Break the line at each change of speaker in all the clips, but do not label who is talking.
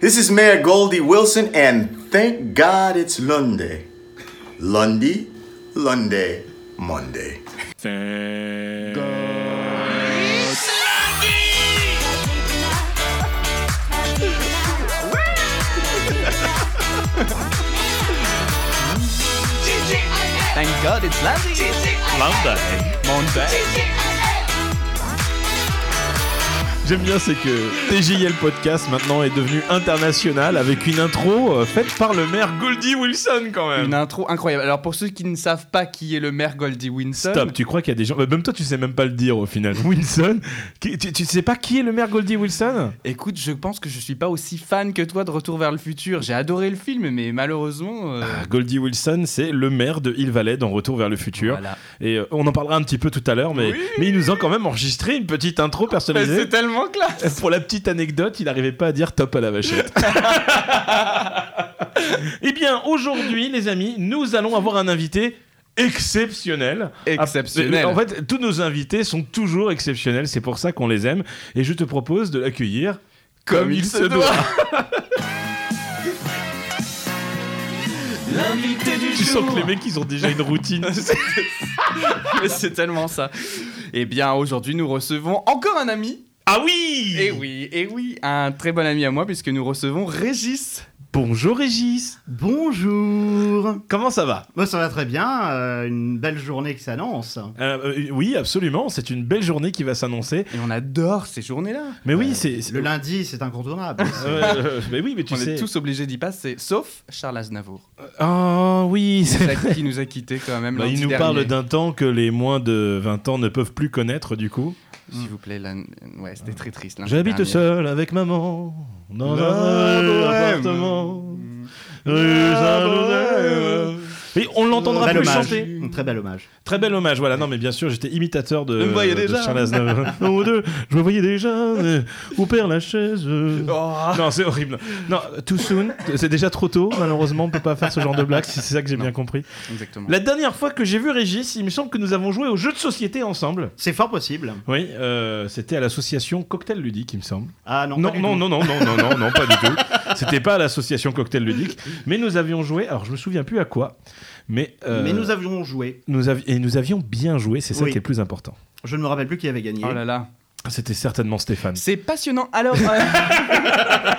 This is Mayor Goldie Wilson, and thank God it's Lunday. Lundy, Lunday, Monday.
Thank God it's Landy.
Monday.
J'aime bien, c'est que TJL Podcast maintenant est devenu international avec une intro euh, faite par le maire Goldie Wilson quand même.
Une intro incroyable. Alors pour ceux qui ne savent pas qui est le maire Goldie Wilson,
Stop, tu crois qu'il y a des gens. Bah, Même toi, tu sais même pas le dire au final. Wilson qui- tu, tu sais pas qui est le maire Goldie Wilson
écoute, je pense que je suis pas aussi fan que toi de Retour vers le futur. J'ai adoré le film, mais malheureusement. euh,
Ah, Goldie Wilson, c'est le maire de Hill Valley dans Retour vers le futur.
voilà. Bah,
Et euh, on en parlera un petit peu tout à l'heure, mais, mais il nous a quand même enregistré une petite intro
Mais c'est
personnalisée.
tellement classe.
Pour la petite anecdote, il n'arrivait pas à dire top à la vachette. Eh bien, aujourd'hui, les amis, nous allons avoir un invité exceptionnel.
Exceptionnel.
Ah, En fait, tous nos invités sont toujours exceptionnels, c'est pour ça qu'on les aime. Et je te propose de l'accueillir comme, il se doit.
L'invité du
tu sens que les mecs, ils ont déjà une routine.
C'est tellement ça. Eh bien, aujourd'hui, nous recevons encore un ami.
ah oui
Eh oui, eh oui, un très bon ami à moi puisque nous recevons Régis.
Bonjour Régis,
Bonjour
comment ça va
Moi ça va très bien, euh, une belle journée qui s'annonce.
Euh, euh, Oui, absolument, c'est une belle journée qui va s'annoncer.
Et on adore ces journées-là.
Mais oui, c'est. c'est-
Le lundi c'est incontournable.
Ouais, euh, mais oui, mais tu
on
sais.
est tous obligés d'y passer, sauf Charles Aznavour,
Oh oui, c'est vrai.
qui nous a quittés quand même.
Bah,
lundi
il nous
dernier.
parle d'un temps que les moins de 20 ans ne peuvent plus connaître, du coup.
S'il vous plaît, là, ouais, c'était très triste. lundi
J'habite
dernier.
seul avec maman dans
La
un
bohème.
appartement. Rue Saint-Joseph. Et on l'entendra
bel
plus
hommage.
chanter.
Un très bel hommage.
Très bel hommage, voilà. Non, mais bien sûr, j'étais imitateur de,
Je me voyais
de
déjà.
Charles Aznavour. Non, deux, je me voyais déjà. mais Où perd la chaise
Oh.
Non, c'est horrible. Non, too soon. C'est déjà trop tôt, malheureusement. On peut pas faire ce genre de blague, si c'est ça que j'ai
Non.
bien compris.
Exactement.
La dernière fois que j'ai vu Régis, il me semble que nous avons joué au jeu de société ensemble.
C'est fort possible.
Oui, euh, c'était à l'association Cocktail Ludique, il me semble.
Ah non,
Non,
pas du
non,
tout.
non, non, non, non, non, non, pas du tout. C'était pas à l'association Cocktail Ludique, mais nous avions joué. Alors, je me souviens plus à quoi, mais euh,
Mais nous avions joué.
nous avi- et nous avions bien joué. C'est ça
Oui.
qui est le plus important.
Je ne me rappelle plus qui avait gagné.
Oh là là.
C'était certainement Stéphane.
C'est passionnant. Alors, euh,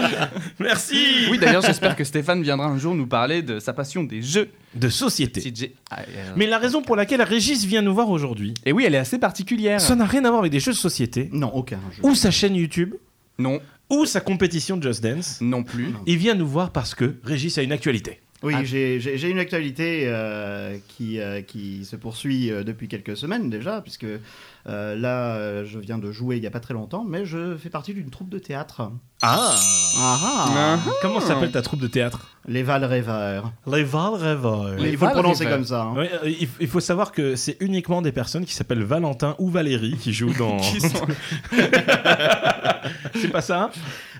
Merci.
oui, d'ailleurs, j'espère que Stéphane viendra un jour nous parler de sa passion des jeux.
De société.
TJ. Ah, euh,
Mais la raison pour laquelle Régis vient nous voir aujourd'hui,
Et oui, elle est assez
Ah.
particulière.
ça n'a rien à voir avec des jeux de société,
Non, aucun jeu.
ou sa chaîne YouTube,
Non,
ou sa compétition Just Dance.
non plus.
Il vient nous voir parce que Régis a une actualité.
Oui,
Ah.
j'ai- j'ai j'ai une actualité euh, qui, euh, qui se poursuit euh, depuis quelques semaines déjà, puisque euh, là, euh, je viens de jouer il n'y a pas très longtemps, mais je fais partie d'une troupe de théâtre.
Ah
Ah ah
Comment s'appelle ta troupe de théâtre
Les Val Rêveurs.
Les Val Rêveurs.
Les
il faut
Val
le prononcer
Rêveurs.
comme ça. hein.
Ouais, euh, il, il faut savoir que c'est uniquement des personnes qui s'appellent Valentin ou Valérie qui jouent dans.
Qui sont-
c'est pas ça hein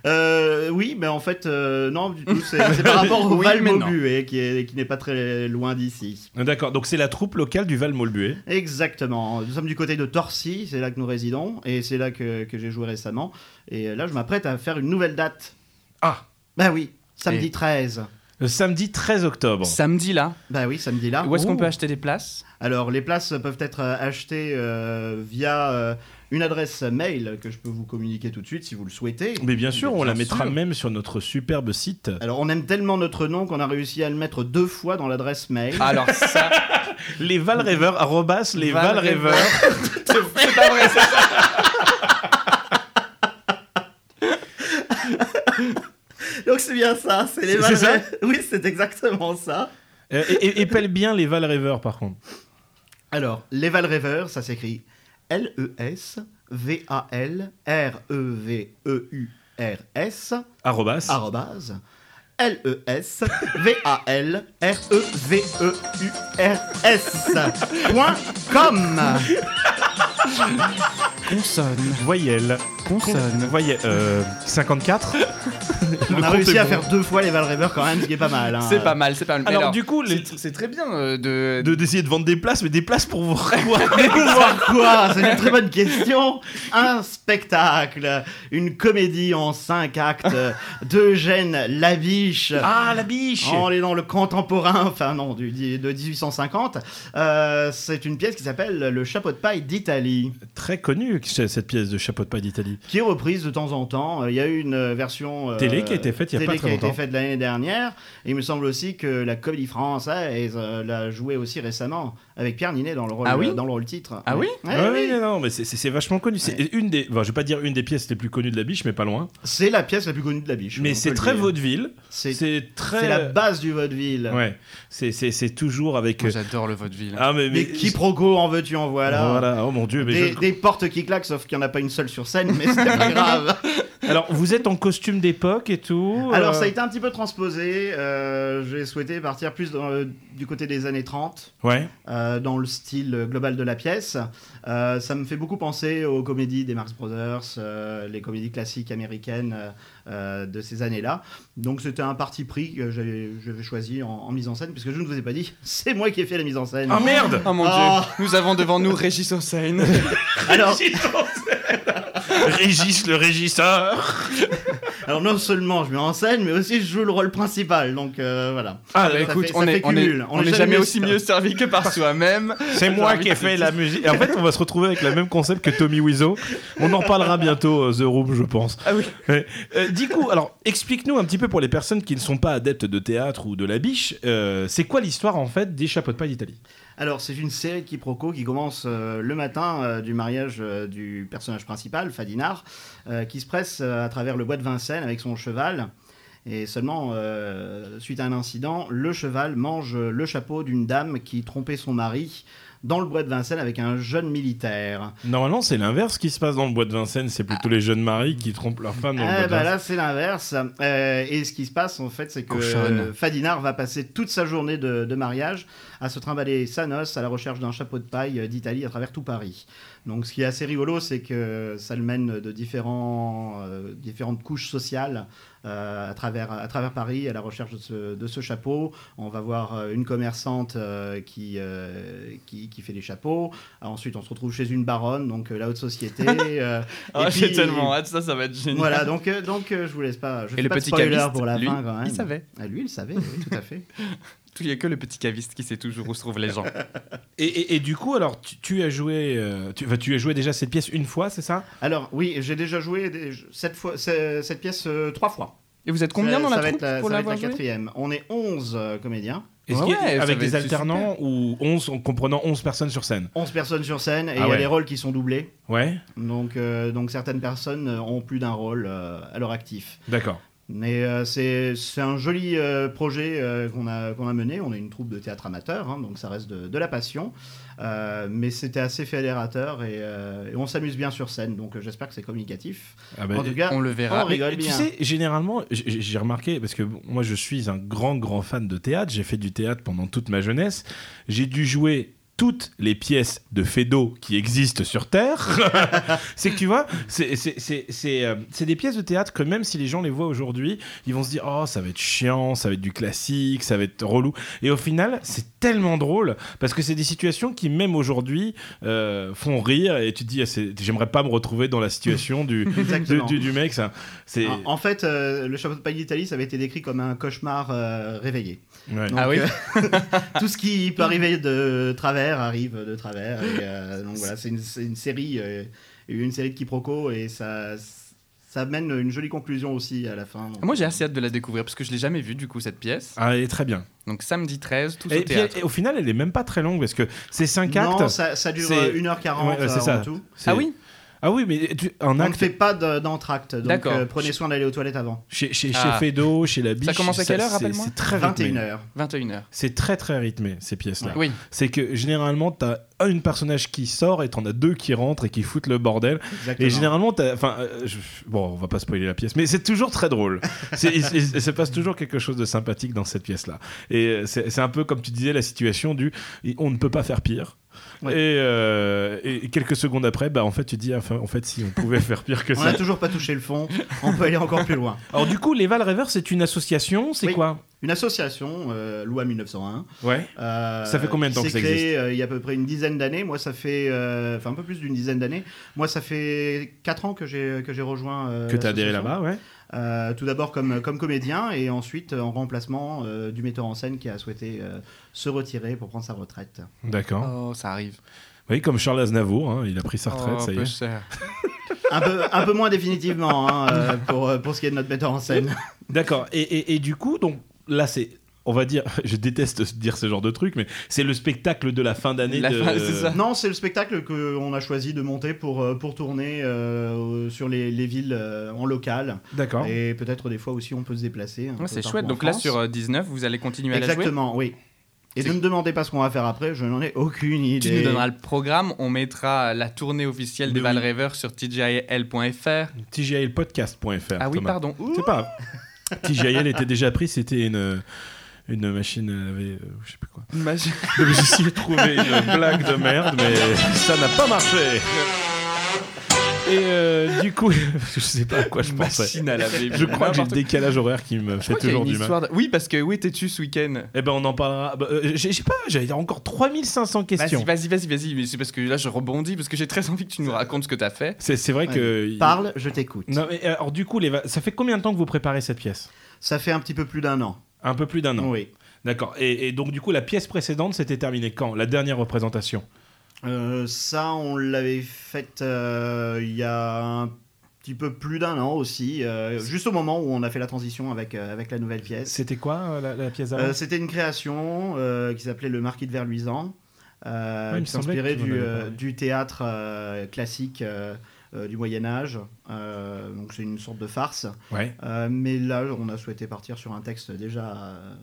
Euh, oui, mais en fait, euh, non, du tout, c'est c'est par rapport au
Oui,
Val
mais non.
Maubuée, qui est- qui n'est pas très loin d'ici.
Euh, D'accord, donc c'est la troupe locale du Val Molbué.
Exactement. Nous sommes du côté de Torcy, c'est là que nous résidons, et c'est là que, que j'ai joué récemment. Et là, je m'apprête à faire une nouvelle date.
Ah
Bah oui, samedi
Et-
13.
Le Euh, samedi 13 octobre.
Ah, Samedi là,
Bah oui, samedi là.
où est-ce qu'on
Oh.
peut acheter des places
Alors, les places peuvent être euh, achetées euh, via euh, une adresse mail que je peux vous communiquer tout de suite si vous le souhaitez.
Mais bien sûr, on
Bien
la mettra
sûr.
même sur notre superbe site.
Alors, on aime tellement notre nom qu'on a réussi à le mettre deux fois dans l'adresse mail.
Ah.
Alors ça,
Les Val Rêveurs, arrobas les
Val
Val Rêveurs.
c'est pas vrai ça.
Donc c'est bien ça, c'est les
C'est-
Val
c'est ça
Rêveurs. Oui, c'est exactement ça.
Euh, et, et- épelle bien les Val Rêveurs par contre.
Alors, les Val Rêveurs, ça s'écrit E L-E-S E V-A-L-R-E-V-E-U-R-S
Arrobas.
arrobase E L-E-S E V-A-L-R-E-V-E-U-R-S point com
Consonne.
Voyelle.
Consonne.
Voyez, euh, 54.
On
Le
a
compte
réussi
est
à
bon.
faire deux fois les Valreber quand même, ce qui est pas mal. hein.
C'est pas mal, c'est pas mal. Mais
Alors, du coup, les-
c'est c'est très bien euh, de,
de d'essayer de vendre des places, mais des places pour vous revoir.
Voir quoi C'est une très bonne question. Un spectacle, une comédie en cinq actes d'Eugène Labiche.
ah, la biche
Oh,
On est dans le contemporain, enfin non, du, de 1850. Euh, c'est une pièce qui s'appelle Le chapeau de paille d'Italie,
Très connue, ce- cette pièce de Chapeau de paille d'Italie.
qui est reprise de temps en temps. Euh, Il y a eu une euh, version euh,
Télé qui a été faite il y a
télé
pas
qui
très
été
longtemps.
faite l'année dernière. Et il me semble aussi que la comédie française euh, l'a jouée aussi récemment avec Pierre Ninet dans le rôle, euh,
Ah oui
dans le rôle titre.
Ah oui
Ouais,
Ah
oui.
oui, non, non, mais c'est- c'est c'est vachement connu. C'est une des, enfin, je vais pas dire une des pièces les plus connues de la biche, mais pas loin.
C'est la pièce la plus connue de la biche. on
Mais
peut
c'est
le
très
dire.
vaudeville.
hein. C'est
C'est très. euh,
c'est la base du vaudeville.
Ouais. C'est- C'est c'est toujours avec. euh,
Moi, J'adore le vaudeville.
Ah, mais, mais-
Mais quiproquo en veux-tu en voilà.
Voilà. Oh mon dieu. Mais
Des,
je-
des portes qui claquent, sauf qu'il n'y en a pas une seule sur scène, mais c'est pas grave.
Alors, vous êtes en costume d'époque et tout.
Alors,
euh,
ça a été un petit peu transposé. euh, J'ai souhaité partir plus dans le- du côté des années 30,
Ouais.
euh, dans le style euh, global de la pièce. Euh, ça me fait beaucoup penser aux comédies des Marx Brothers, euh, les comédies classiques américaines euh, euh, de ces années-là. Donc, c'était un parti pris que j'avais j'avais choisi en, en mise en scène, puisque je ne vous ai pas dit, c'est moi qui ai fait la mise en scène.
Ah merde. Ah,
Oh mon
Ah.
dieu, nous avons devant nous Régis Hossein.
Alors,
Régis, le régisseur.
alors, non seulement je mets en scène, mais aussi je joue le rôle principal. Donc, euh, voilà.
Ah,
Bah,
Ça
écoute,
fait- ça
on,
fait
est, on, est,
cumul.
on est jamais aussi
servi.
mieux servi que par soi-même.
c'est moi qui ai fait la musique. Et en fait, on va se retrouver avec le même concept que Tommy Wiseau. On en parlera bientôt, euh, The Room, je pense.
Ah oui.
Ouais. Euh, du coup, alors, explique-nous un petit peu pour les personnes qui ne sont pas adeptes de théâtre ou de la biche, euh, c'est quoi l'histoire en fait des chapeaux de paille d'Italie
Alors, c'est une série de quiproquos qui commence euh, le matin euh, du mariage euh, du personnage principal, Fadinar, euh, qui se presse euh, à travers le bois de Vincennes avec son cheval. Et seulement, euh, suite à un incident, le cheval mange euh, le chapeau d'une dame qui trompait son mari dans le bois de Vincennes avec un jeune militaire.
Normalement, c'est l'inverse qui se passe dans le bois de Vincennes. C'est plutôt les jeunes maris qui trompent leur femme dans
Ah,
le bois
Eh
de
bah
Vincennes.
là, c'est l'inverse. Euh, et ce qui se passe, en fait, c'est que
Cochonne.
euh, Fadinar va passer toute sa journée de, de mariage à se trimballer sa noce à la recherche d'un chapeau de paille euh, d'Italie à travers tout Paris. Donc, ce qui est assez rigolo, c'est que ça le mène de différents, euh, différentes couches sociales euh, à, travers, à travers Paris à la recherche de ce, de ce chapeau. On va voir euh, une commerçante euh, qui, euh, qui, qui fait des chapeaux. Ah, ensuite, on se retrouve chez une baronne, donc euh, la haute société. euh,
Ah,
et
J'ai
puis-
tellement hâte, ça, ça va être génial.
voilà, donc, euh, donc euh, je vous laisse pas. Je
Et
fais
le
pas de
petit
spoiler
caviste,
pour la
lui,
fin quand même.
il savait.
Ah, lui, il savait, oui, tout à fait.
Il n'y a que le petit caviste qui sait toujours où se trouvent les gens.
Et, et- et du coup, alors, tu, tu as joué, euh, tu, enfin, tu as joué déjà cette pièce une fois, c'est ça
Alors, oui, j'ai déjà joué des- cette, fois, ce- cette pièce euh, trois fois.
Et vous êtes combien
Ça-
dans
ça
la
va
troupe
être la,
pour
ça va être
l'avoir
la
joué
quatrième. On est 11 euh, comédiens,
Est-ce
Ouais,
qu'il y a-
ouais, ça
avec
va
des
être super.
alternants ou 11 en comprenant 11 personnes sur scène
11 personnes sur scène, et
Ah
il y a
ouais.
des rôles qui sont doublés.
Ouais,
Donc, euh, donc certaines personnes euh, ont plus d'un rôle euh, à leur actif.
d'accord.
Mais euh, c'est c'est un joli euh, projet euh, qu'on a, qu'on a mené. On est une troupe de théâtre amateur, hein, donc ça reste de, de la passion. Euh, mais c'était assez fédérateur et, euh, et on s'amuse bien sur scène, donc euh, j'espère que c'est communicatif.
Ah bah,
en tout cas,
On le verra.
on rigole
Mais
bien.
Tu sais, généralement, j- j- j'ai remarqué, parce que bon, moi je suis un grand, grand fan de théâtre, j'ai fait du théâtre pendant toute ma jeunesse, j'ai dû jouer toutes les pièces de Fedo qui existent sur Terre. c'est que tu vois, c'est- c'est c'est- c'est, euh, c'est des pièces de théâtre que même si les gens les voient aujourd'hui, ils vont se dire, oh ça va être chiant, ça va être du classique, ça va être relou. Et au final, c'est tellement drôle, parce que c'est des situations qui même aujourd'hui euh, font rire, et tu te dis, Ah, c'est- j'aimerais pas me retrouver dans la situation du, du,
Exactement.
du- du mec. Ça. C'est...
En- En fait, euh, le chapeau de paille d'Italie, ça avait été décrit comme un cauchemar euh, réveillé.
Ouais.
Donc,
Ah oui
euh, Tout ce qui peut arriver de travers arrive de travers. et, euh, donc voilà, c'est une, c'est une série, euh, une série de quiproquos et ça, ça mène une jolie conclusion aussi à la fin.
Moi, j'ai assez hâte de la découvrir parce que je l'ai jamais vue, du coup, cette pièce.
Ah, elle est très bien.
Donc, samedi 13, tout au
Et puis,
théâtre.
elle- au final, elle est même pas très longue parce que c'est 5
Non,
actes.
ça, ça dure euh,
c'est-
1h40
Ouais, ouais, c'est
en
ça.
tout.
C'est-
Ah oui
Ah oui, mais tu- un
On ne
acte.
fait pas de- d'entracte, donc
D'accord.
euh, prenez soin d'aller aux toilettes avant.
Chez, chez, chez
Ah.
Fedo, chez la biche.
commence à quelle heure,
c'est-
rappelle-moi
C'est très rythmé.
21h.
21h.
C'est très très rythmé ces pièces-là.
Oui.
C'est que généralement, t'as un une personnage qui sort et t'en as deux qui rentrent et qui foutent le bordel.
Exactement.
Et généralement, t'as- enfin, euh, je- bon, on va pas spoiler la pièce, mais c'est toujours très drôle. C'est- il- il- il se passe toujours quelque chose de sympathique dans cette pièce-là. Et euh, c'est c'est un peu comme tu disais la situation du on ne peut pas faire pire.
Ouais.
Et, euh, et quelques secondes après, bah en fait, tu dis, enfin, en fait, si on pouvait faire pire que
On
ça.
n'a toujours pas touché le fond, on peut aller encore plus loin.
Alors du coup, les Val Rêveurs, c'est une association, c'est
Oui.
quoi
Une association, euh, loi 1901.
Ouais.
euh,
Ça fait combien de
qui
temps que ça
s'est créée, euh, Il y a à peu près une dizaine d'années. Moi, ça fait. euh, Enfin, un peu plus d'une dizaine d'années. Moi, ça fait 4 ans que j'ai que j'ai rejoint. euh,
Que t'as adhéré
l'association.
là-bas, ouais.
Euh, tout d'abord comme, comme comédien et ensuite euh, en remplacement euh, du metteur en scène qui a souhaité euh, se retirer pour prendre sa retraite.
D'accord.
Oh, ça arrive.
Oui, comme Charles Aznavour, hein, il a pris sa retraite,
Oh,
ça y
peu
est. Ah,
cher.
Un peu, un peu moins définitivement hein, euh, pour, euh, pour ce qui est de notre metteur en scène.
D'accord. Et, et- et du coup, donc là, c'est. On va dire, je déteste dire ce genre de truc, mais c'est le spectacle de la fin d'année.
La
de...
fin, c'est ça.
Non, c'est le spectacle qu'on a choisi de monter pour, euh, pour tourner euh, sur les, les villes euh, en local.
D'accord.
Et peut-être des fois aussi on peut se déplacer. un peu
Ouais, c'est
partout
chouette.
en
Donc là,
France.
sur euh, 19, vous allez continuer à la jouer.
Exactement, oui. Et
C'est-
ne me demandez pas ce qu'on va faire après, je n'en ai aucune idée.
Tu nous donneras le programme. On mettra euh, la tournée officielle des
Oui.
Val Rêveurs sur tjl.fr.
TJLpodcast.fr.
Ah oui,
Thomas.
pardon. Ouh.
C'est pas. grave. TJL était déjà pris, c'était une. Une machine, elle avait, euh, je sais plus quoi.
Imagine-
Donc, J'ai essayé de trouver une blague de merde, mais ça n'a pas marché. Et euh, du coup, je sais pas à quoi je pensais.
Machine à laver.
Je crois que j'ai le
N'importe
décalage horaire qui me
Je
fait
crois qu'il y a
toujours
une
du mal.
histoire de- Oui, parce que où étais-tu ce week-end
Eh ben on en parlera. Bah, euh, j'ai j'ai pas, j'avais encore 3500 questions.
Vas-y, vas-y, vas-y, vas-y. Mais c'est parce que là, je rebondis parce que j'ai très envie que tu nous racontes ce que t'as fait.
C'est c'est vrai
Ouais.
que. il-
Parle, je t'écoute.
Non, mais, euh, alors du coup, les va- ça fait combien de temps que vous préparez cette pièce
Ça fait un petit peu plus d'un an.
Un peu plus d'un an.
Oui.
D'accord. Et, et donc du coup, la pièce précédente, c'était terminée quand La dernière représentation.
Euh, ça, on l'avait faite euh, il y a un petit peu plus d'un an aussi, euh, juste au moment où on a fait la transition avec, euh, avec la nouvelle pièce.
C'était quoi euh, la, la pièce d'avant
Euh, C'était une création euh, qui s'appelait Le Marquis de Verluisant, euh,
Ouais, il me
qui
semblait
s'inspirait
que tu m'en
du,
avais
euh,
parlé.
du théâtre euh, classique euh, euh, du Moyen Âge. Euh, donc c'est une sorte de farce.
Ouais.
Euh, mais là, on a souhaité partir sur un texte déjà euh,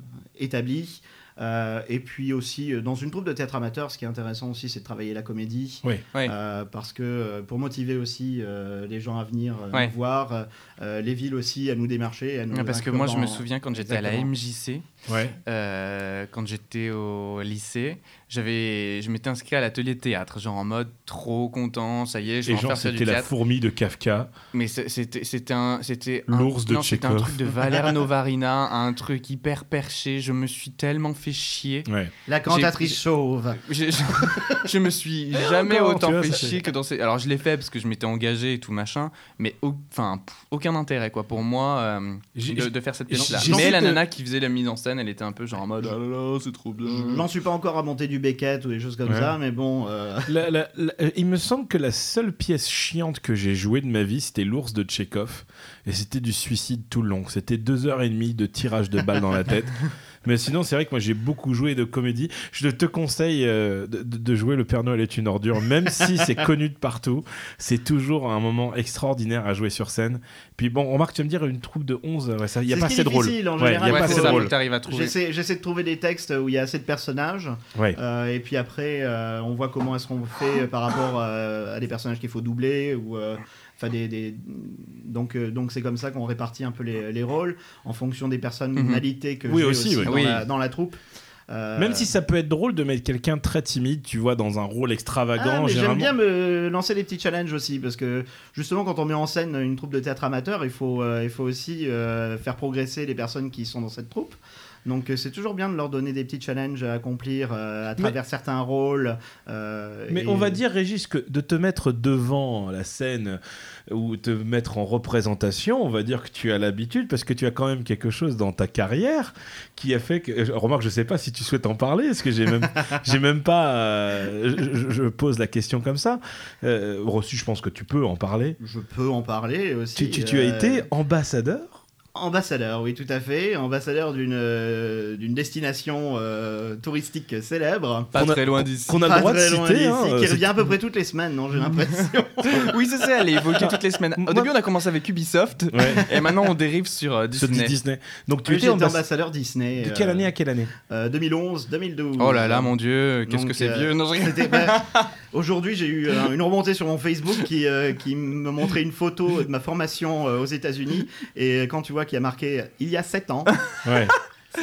établi. Euh, et puis aussi, euh, dans une troupe de théâtre amateur, ce qui est intéressant aussi, c'est de travailler la comédie.
Oui.
Ouais.
Euh, parce que euh, pour motiver aussi euh, les gens à venir euh,
Ouais.
nous voir, euh, euh, les villes aussi à nous démarcher. à nous
Parce que
inclure
moi, je me
dans-
souviens quand j'étais à la
Exactement.
MJC,
Ouais.
euh, quand j'étais au lycée, j'avais, je m'étais inscrit à l'atelier de théâtre, genre en mode trop content, ça y est, je
Et
vais en
genre,
faire ça du
c'était la
théâtre.
fourmi de Kafka.
Mais c'est- c'était c'était un c'était un-
L'ours de
non, c'était un
Tchekhov.
truc de Valère Novarina, un truc hyper perché. Je me suis tellement fait chier.
Ouais.
La cantatrice chauve.
Je, je, je me suis jamais
Encore, tu
autant
vois,
fait
ça, c'est-
chier que dans ces. Alors je l'ai fait parce que je m'étais engagé et tout machin, mais au- enfin pff, aucun intérêt quoi pour moi euh,
J'ai-
de, de faire cette
j'ai-
pièce là.
j'ai
Mais
envie
la
de-
nana qui faisait la mise en scène, elle était un peu genre en mode.
Je-
Ah là là, c'est trop bien.
Je n'en suis pas encore à monter du Beckett ou des choses comme
Ouais.
ça, mais bon. euh,
La- la- la- euh, il me semble que la seule pièce chiante que j'ai jouée de ma vie, c'était l'ours de Tchekhov. Et c'était du suicide tout le long. C'était deux heures et demie de tirage de balles dans la tête. Mais sinon, c'est vrai que moi, j'ai beaucoup joué de comédie. Je te conseille euh, de, de- de jouer Le Père Noël est une ordure, même si c'est connu de partout. C'est toujours un moment extraordinaire à jouer sur scène. Puis bon, remarque, tu vas me dire, une troupe de 11, ouais, ça- il n'y a
C'est
pas
ce qui
assez
est
drôle.
difficile, en
Ouais, il
général,
y a
Ouais,
pas
c'est
assez
ça faut
drôle.
que t'arrives à trouver.
J'essaie j'essaie de trouver des textes où il y a assez de personnages.
Ouais.
Euh, et puis après, euh, on voit comment elles seront faites euh, par rapport euh, à des personnages qu'il faut doubler ou euh, enfin des, des- donc euh, donc c'est comme ça qu'on répartit un peu les, les rôles en fonction des personnalités que
Mhm. Oui,
j'ai
aussi,
aussi,
oui.
dans,
Oui.
La, dans la troupe. Euh,
Même si ça peut être drôle de mettre quelqu'un très timide, tu vois, dans un rôle
ah,
extravagant.
mais j'aime
généralement.
bien me lancer des petits challenges aussi parce que justement quand on met en scène une troupe de théâtre amateur, il faut euh, il faut aussi euh, faire progresser les personnes qui sont dans cette troupe. Donc euh, c'est toujours bien de leur donner des petits challenges à accomplir euh, à travers certains rôles. euh,
Mais
et-
on va dire, Régis, que de te mettre devant la scène euh, ou te mettre en représentation, on va dire que tu as l'habitude parce que tu as quand même quelque chose dans ta carrière qui a fait que. euh, Remarque, je sais pas si tu souhaites en parler, parce que j'ai même, j'ai même pas. euh, je- je, je pose la question comme ça. Euh, reçu, je pense que tu peux en parler.
Je peux en parler aussi.
Tu, tu- tu as
euh,
été ambassadeur
Ambassadeur, oui, tout à fait. Ambassadeur d'une euh, d'une destination euh, touristique célèbre.
Pas
Qu'on a-
très loin d'ici.
Qu'on a le
Pas
droit de
très loin
citer.
d'ici,
hein, euh,
qui
c'est-
revient à peu près toutes les semaines, non J'ai l'impression.
Oui, c'est ça, elle est évoquée toutes les semaines. Au
Moi-
début, on a commencé avec Ubisoft,
Ouais.
et maintenant, on dérive sur euh,
Ce
Disney.
Disney. Disney. Donc tu
Oui,
étais
J'étais
ambassadeur.
ambassadeur Disney.
De
euh,
quelle année à quelle année
euh, 2011, 2012.
Oh là là, mon dieu, qu'est-ce
Donc,
que c'est
euh,
vieux. Non, je rigole.
C'était- bah, Aujourd'hui, j'ai eu euh, une remontée sur mon Facebook qui, euh, qui me montrait une photo de ma formation euh, aux États-Unis. Et quand tu vois qu'il y a marqué euh, il y a 7 ans,
Ouais.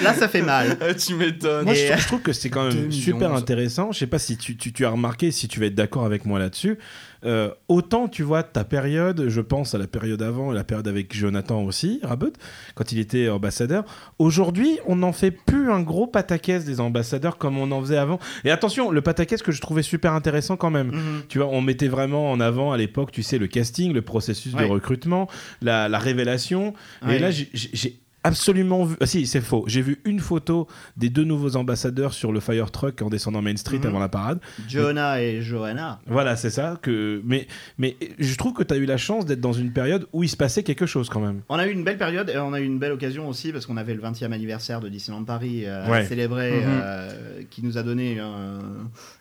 là, ça fait mal.
Ah, tu m'étonnes.
Moi, je
Et-
trouve, je trouve que c'est quand même
2011.
super intéressant. Je sais pas si tu, tu- tu as remarqué, si tu vas être d'accord avec moi là-dessus. Euh, autant, tu vois, ta période, je pense à la période avant, la période avec Jonathan aussi, Rabot, quand il était ambassadeur. Aujourd'hui, on n'en fait plus un gros pataquès des ambassadeurs comme on en faisait avant. Et attention, le pataquès que je trouvais super intéressant quand même.
Mhm.
Tu vois, on mettait vraiment en avant à l'époque, tu sais, le casting, le processus
Ouais.
de recrutement, la, la révélation.
Ouais.
Et là, j'ai- j'ai j'ai absolument vu. Ah, si, c'est faux. J'ai vu une photo des deux nouveaux ambassadeurs sur le fire truck en descendant Main Street
Mhm.
avant la parade.
Jonah et Johanna.
Voilà, c'est ça. Que... Mais, mais je trouve que tu as eu la chance d'être dans une période où il se passait quelque chose quand même.
On a eu une belle période et on a eu une belle occasion aussi parce qu'on avait le 20e anniversaire de Disneyland Paris euh, à
Ouais.
célébrer,
Mhm.
euh, qui nous a donné euh,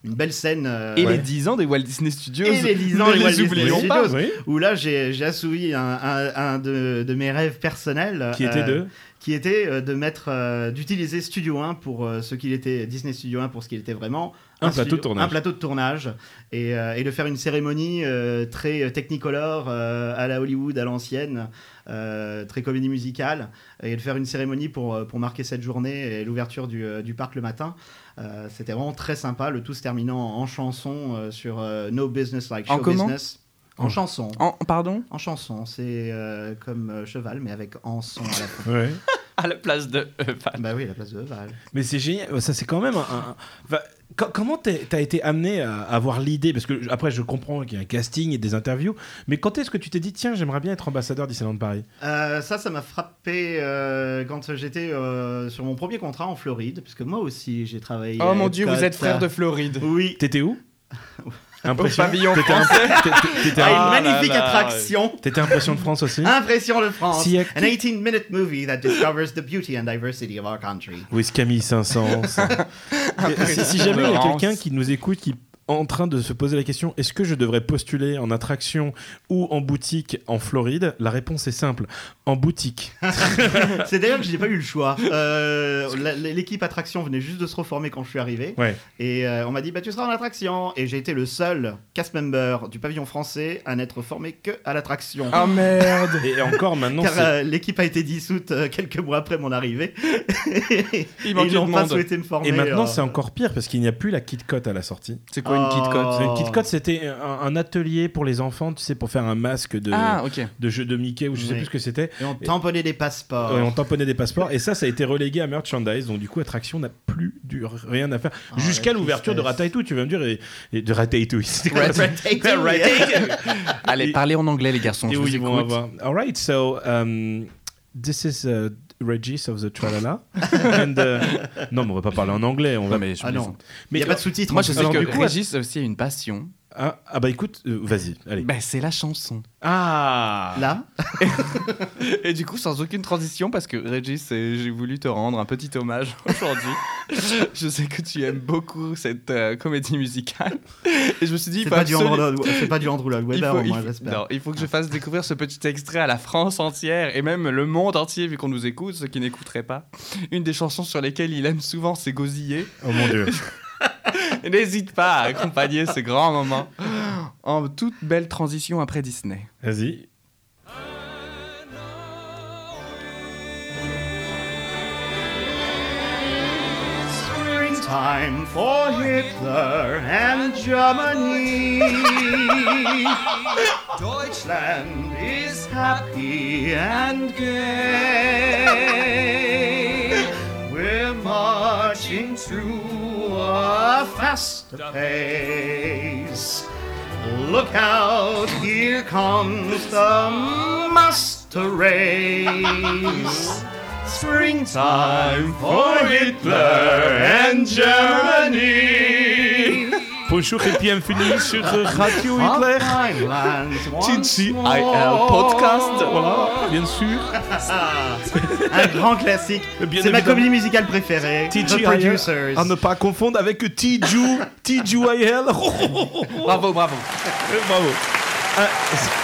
une belle scène. euh,
Et
ouais.
les 10 ans des Walt Disney Studios.
Et les 10 ans
ne
des
les
Walt Disney
oublions
Studios.
pas.
Oui.
où là j'ai j'ai assouvi un, un- un de, de mes rêves personnels.
Qui
euh,
était deux
Qui était euh, de mettre, euh, d'utiliser Studio 1 pour euh, ce qu'il était, Disney Studio 1 pour ce qu'il était vraiment.
Un plateau
studio-
de tournage.
Un plateau de tournage. Et, euh, et de faire une cérémonie euh, très technicolore euh, à la Hollywood, à l'ancienne, euh, très comédie musicale. Et de faire une cérémonie pour, euh, pour marquer cette journée et l'ouverture du, euh, du parc le matin. Euh, C'était vraiment très sympa, le tout se terminant en chanson euh, sur euh, No Business Like Show
En comment
Business. En
En-
chanson.
En, pardon
En chanson, c'est euh, comme euh, cheval, mais avec en son à la fin.
Ouais.
À la place de euh, pas-
bah oui, la place de cheval.
Mais c'est génial, ça c'est quand même un. un- un- Enfin, co- comment t'es- t'as été amené à avoir l'idée Parce que je- après, je comprends qu'il y a un casting et des interviews, mais quand est-ce que tu t'es dit, tiens, j'aimerais bien être ambassadeur d'Island Paris
Euh, ça, ça m'a frappé euh, quand j'étais euh, sur mon premier contrat en Floride, puisque moi aussi j'ai travaillé.
Oh
à
mon dieu,
Epcot.
vous êtes frère de Floride.
Oui.
T'étais où Impression.
Au pavillon
T'étais
français.
imp- t'étais- T'étais à-
Ah,
Ah
une magnifique
là là,
attraction.
t'étais impression de France aussi
Impression de France.
S'il y a
An 18-minute movie that discovers the beauty and diversity of our country.
Oui, c'est Camille 500. ça. Et si, si jamais il y a quelqu'un qui nous écoute qui est en train de se poser la question est-ce que je devrais postuler en attraction ou en boutique en Floride La réponse est simple en boutique.
C'est d'ailleurs que j'ai pas eu le choix. Euh, la- L'équipe attraction venait juste de se reformer quand je suis arrivé.
Ouais.
Et euh, on m'a dit, bah, tu seras en attraction. Et j'ai été le seul cast member du pavillon français à n'être formé que à l'attraction.
Ah merde
Et encore maintenant,
Car
c'est-
euh, l'équipe a été dissoute euh, quelques mois après mon arrivée. Et
Il manque
Ils
du
n'ont pas
monde.
souhaité me former.
Et maintenant,
euh.
c'est encore pire parce qu'il n'y a plus la Kit Kat à la sortie.
C'est quoi une
Oh.
Kit Kat
Oh.
Une Kit Kat, c'était un, un atelier pour les enfants, tu sais, pour faire un masque de,
Ah, ok.
de jeu de Mickey ou je sais
Oui. Oh.
plus ce que c'était.
Et on tamponnait des passeports.
Et on tamponnait des passeports et ça, ça a été relégué à merchandise. Donc, du coup, Attraction n'a plus du rien à faire.
Ah,
Jusqu'à
la
l'ouverture de
tristesse.
Ratatouille, tu vas me dire, et, et de Ratatouille. C'était quoi
Rat-
ça
Allez,
Et-
parlez en anglais, les garçons.
Et
Je
oui,
vous
ils vont
écoute.
avoir. All right, so um, this is uh, Regis of the Tralala. And, uh, Non, mais on va pas parler en anglais. On va...
Non, mais je
Ah non,
plaisante.
il n'y a pas de sous-titres.
Moi,
en
je
plus.
sais
Alors,
que
du coup,
Régis aussi a une passion.
Ah, ah bah écoute, euh, vas-y, allez.
Bah, c'est la chanson.
Ah
Là,
Et du coup, sans aucune transition, parce que Régis, euh, j'ai voulu te rendre un petit hommage aujourd'hui. je sais que tu aimes beaucoup cette euh, comédie musicale. Et je me suis dit, il
c'est
faut
pas, du
absolu-
Andrew- c'est pas du Andrew Lloyd
il
Webber,
faut,
ben, au
il
moins,
faut-
j'espère. Ah.
non, il faut que je fasse découvrir ce petit extrait à la France entière et même le monde entier, vu qu'on nous écoute, ceux qui n'écouteraient pas. Une des chansons sur lesquelles il aime souvent, c'est Gosiller.
Oh mon dieu.
N'hésite pas à accompagner ce grand moment en toute belle transition après Disney.
Vas-y.
Springtime for Hitler and Germany. Deutschland is happy and gay. We're marching through a faster pace. Look out, here comes the muster race. Springtime for Hitler and Germany.
Bonjour et bienvenue sur Radio
Ah.
Hitler.
Hotline, once
IL
more.
podcast.
Voilà, bien sûr.
Un grand classique.
Bien
C'est ma
évidemment.
comédie musicale préférée. The
TGIL,
Producers.
à ne pas confondre avec Tiju, TJIL. Oh, oh, oh, oh.
Bravo, bravo.
Eh, Bravo.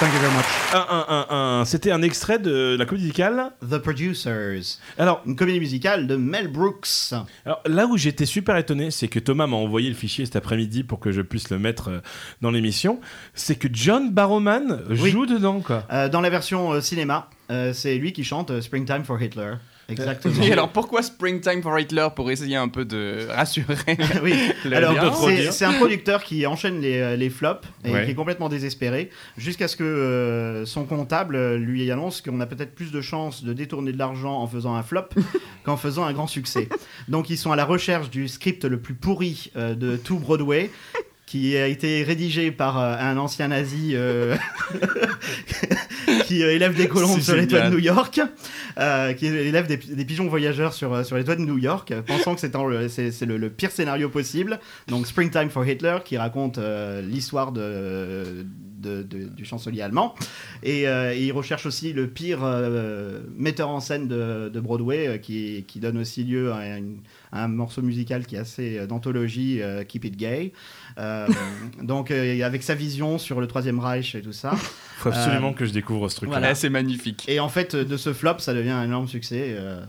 Thank you very much.
Un, un, un, un. C'était un extrait de la comédie musicale.
The Producers.
Alors,
Une comédie musicale de Mel Brooks.
alors, là où j'étais super étonné, c'est que Thomas m'a envoyé le fichier cet après-midi pour que je puisse le mettre euh, dans l'émission. C'est que John Barrowman
Oui.
joue dedans, quoi.
Euh, dans la version euh, cinéma, euh, c'est lui qui chante euh, Springtime for Hitler. Exactement.
Et alors pourquoi Springtime for Hitler pour essayer un peu de rassurer
oui.
le
Alors,
bien
c'est-
dire.
c'est un producteur qui enchaîne les, euh, les flops et
Ouais.
qui est complètement désespéré jusqu'à ce que euh, son comptable euh, lui annonce qu'on a peut-être plus de chances de détourner de l'argent en faisant un flop qu'en faisant un grand succès. Donc ils sont à la recherche du script le plus pourri euh, de tout Broadway qui a été rédigé par euh, un ancien nazi euh, qui euh, élève des colombes
C'est
sur les toits de
génial.
New York, euh, qui élève des, des pigeons voyageurs sur, euh, sur les toits de New York, euh, pensant que c'est en- le- c'est c'est le- le pire scénario possible. Donc Springtime for Hitler qui raconte euh, l'histoire de, de- de- du chancelier allemand. Et, euh, et il recherche aussi le pire euh, metteur en scène de, de Broadway euh, qui, qui donne aussi lieu à, une- à un morceau musical qui est assez euh, d'anthologie, euh, Keep It Gay. Euh, donc euh, avec sa vision sur le Troisième Reich et tout ça.
Faut absolument que je découvre ce truc-là.
Euh, voilà.
Là, c'est magnifique.
Et en fait euh, de ce flop ça devient un énorme succès. euh,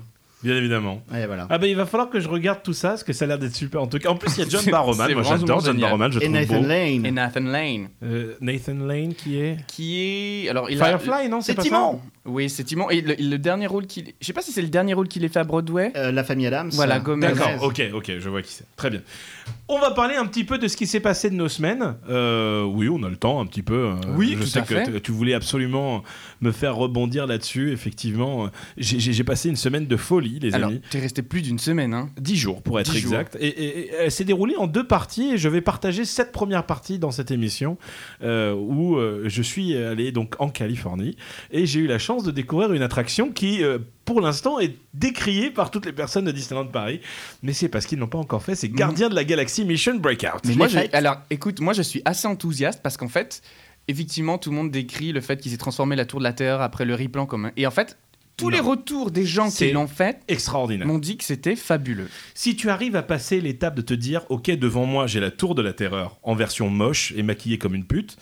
Bien évidemment.
et voilà.
Ah ben il va falloir que je regarde tout ça parce que ça a l'air d'être super en tout cas. En plus il y a John Barrowman,
C'est
moi
vraiment
j'adore John
génial.
Barrowman, je
Et
trouve
Nathan
beau.
Lane.
Et Nathan Lane,
Euh, Nathan Lane qui est
qui est... Alors, il a-
Firefly non c'est
c'est
pas
Timon.
Oui, c'est Timon. Et le, le dernier rôle qu'il... Je sais pas si c'est le dernier rôle qu'il ait fait à Broadway.
Euh, la famille Adams.
Voilà,
euh,
ça
Gomez.
D'accord,
Gomez.
ok, ok, je vois qui c'est. Très bien. On va parler un petit peu de ce qui s'est passé de nos semaines. Euh, oui, on a le temps un petit peu. euh,
Oui,
je
tout
sais
à
que
fait.
t- tu voulais absolument me faire rebondir là-dessus. Effectivement, j'ai- j'ai j'ai passé une semaine de folie, les
Alors,
amis.
t'es resté plus d'une semaine, hein
10 jours pour être
Dix jours.
exact. Et, et- et elle s'est déroulée en deux parties et je vais partager cette première partie dans cette émission euh, où euh, je suis allé donc en Californie et j'ai eu la chance de découvrir une attraction qui euh, pour l'instant est décriée par toutes les personnes de Disneyland Paris. Mais c'est parce qu'ils n'ont pas encore fait, c'est Gardien de la Galaxie Mission Breakout.
Mm. Mais
Je
moi,
l'ai
je-
faite.
alors, écoute, moi, je suis assez enthousiaste parce qu'en fait, effectivement, tout le monde décrit le fait qu'ils aient transformé la Tour de la Terre après le replan commun. Et en fait, tous
Non.
les retours des gens
C'est-
qui l'ont fait
Extraordinaire.
m'ont dit que c'était fabuleux.
Si tu arrives à passer l'étape de te dire, ok, devant moi j'ai la tour de la terreur en version moche et maquillée comme une pute,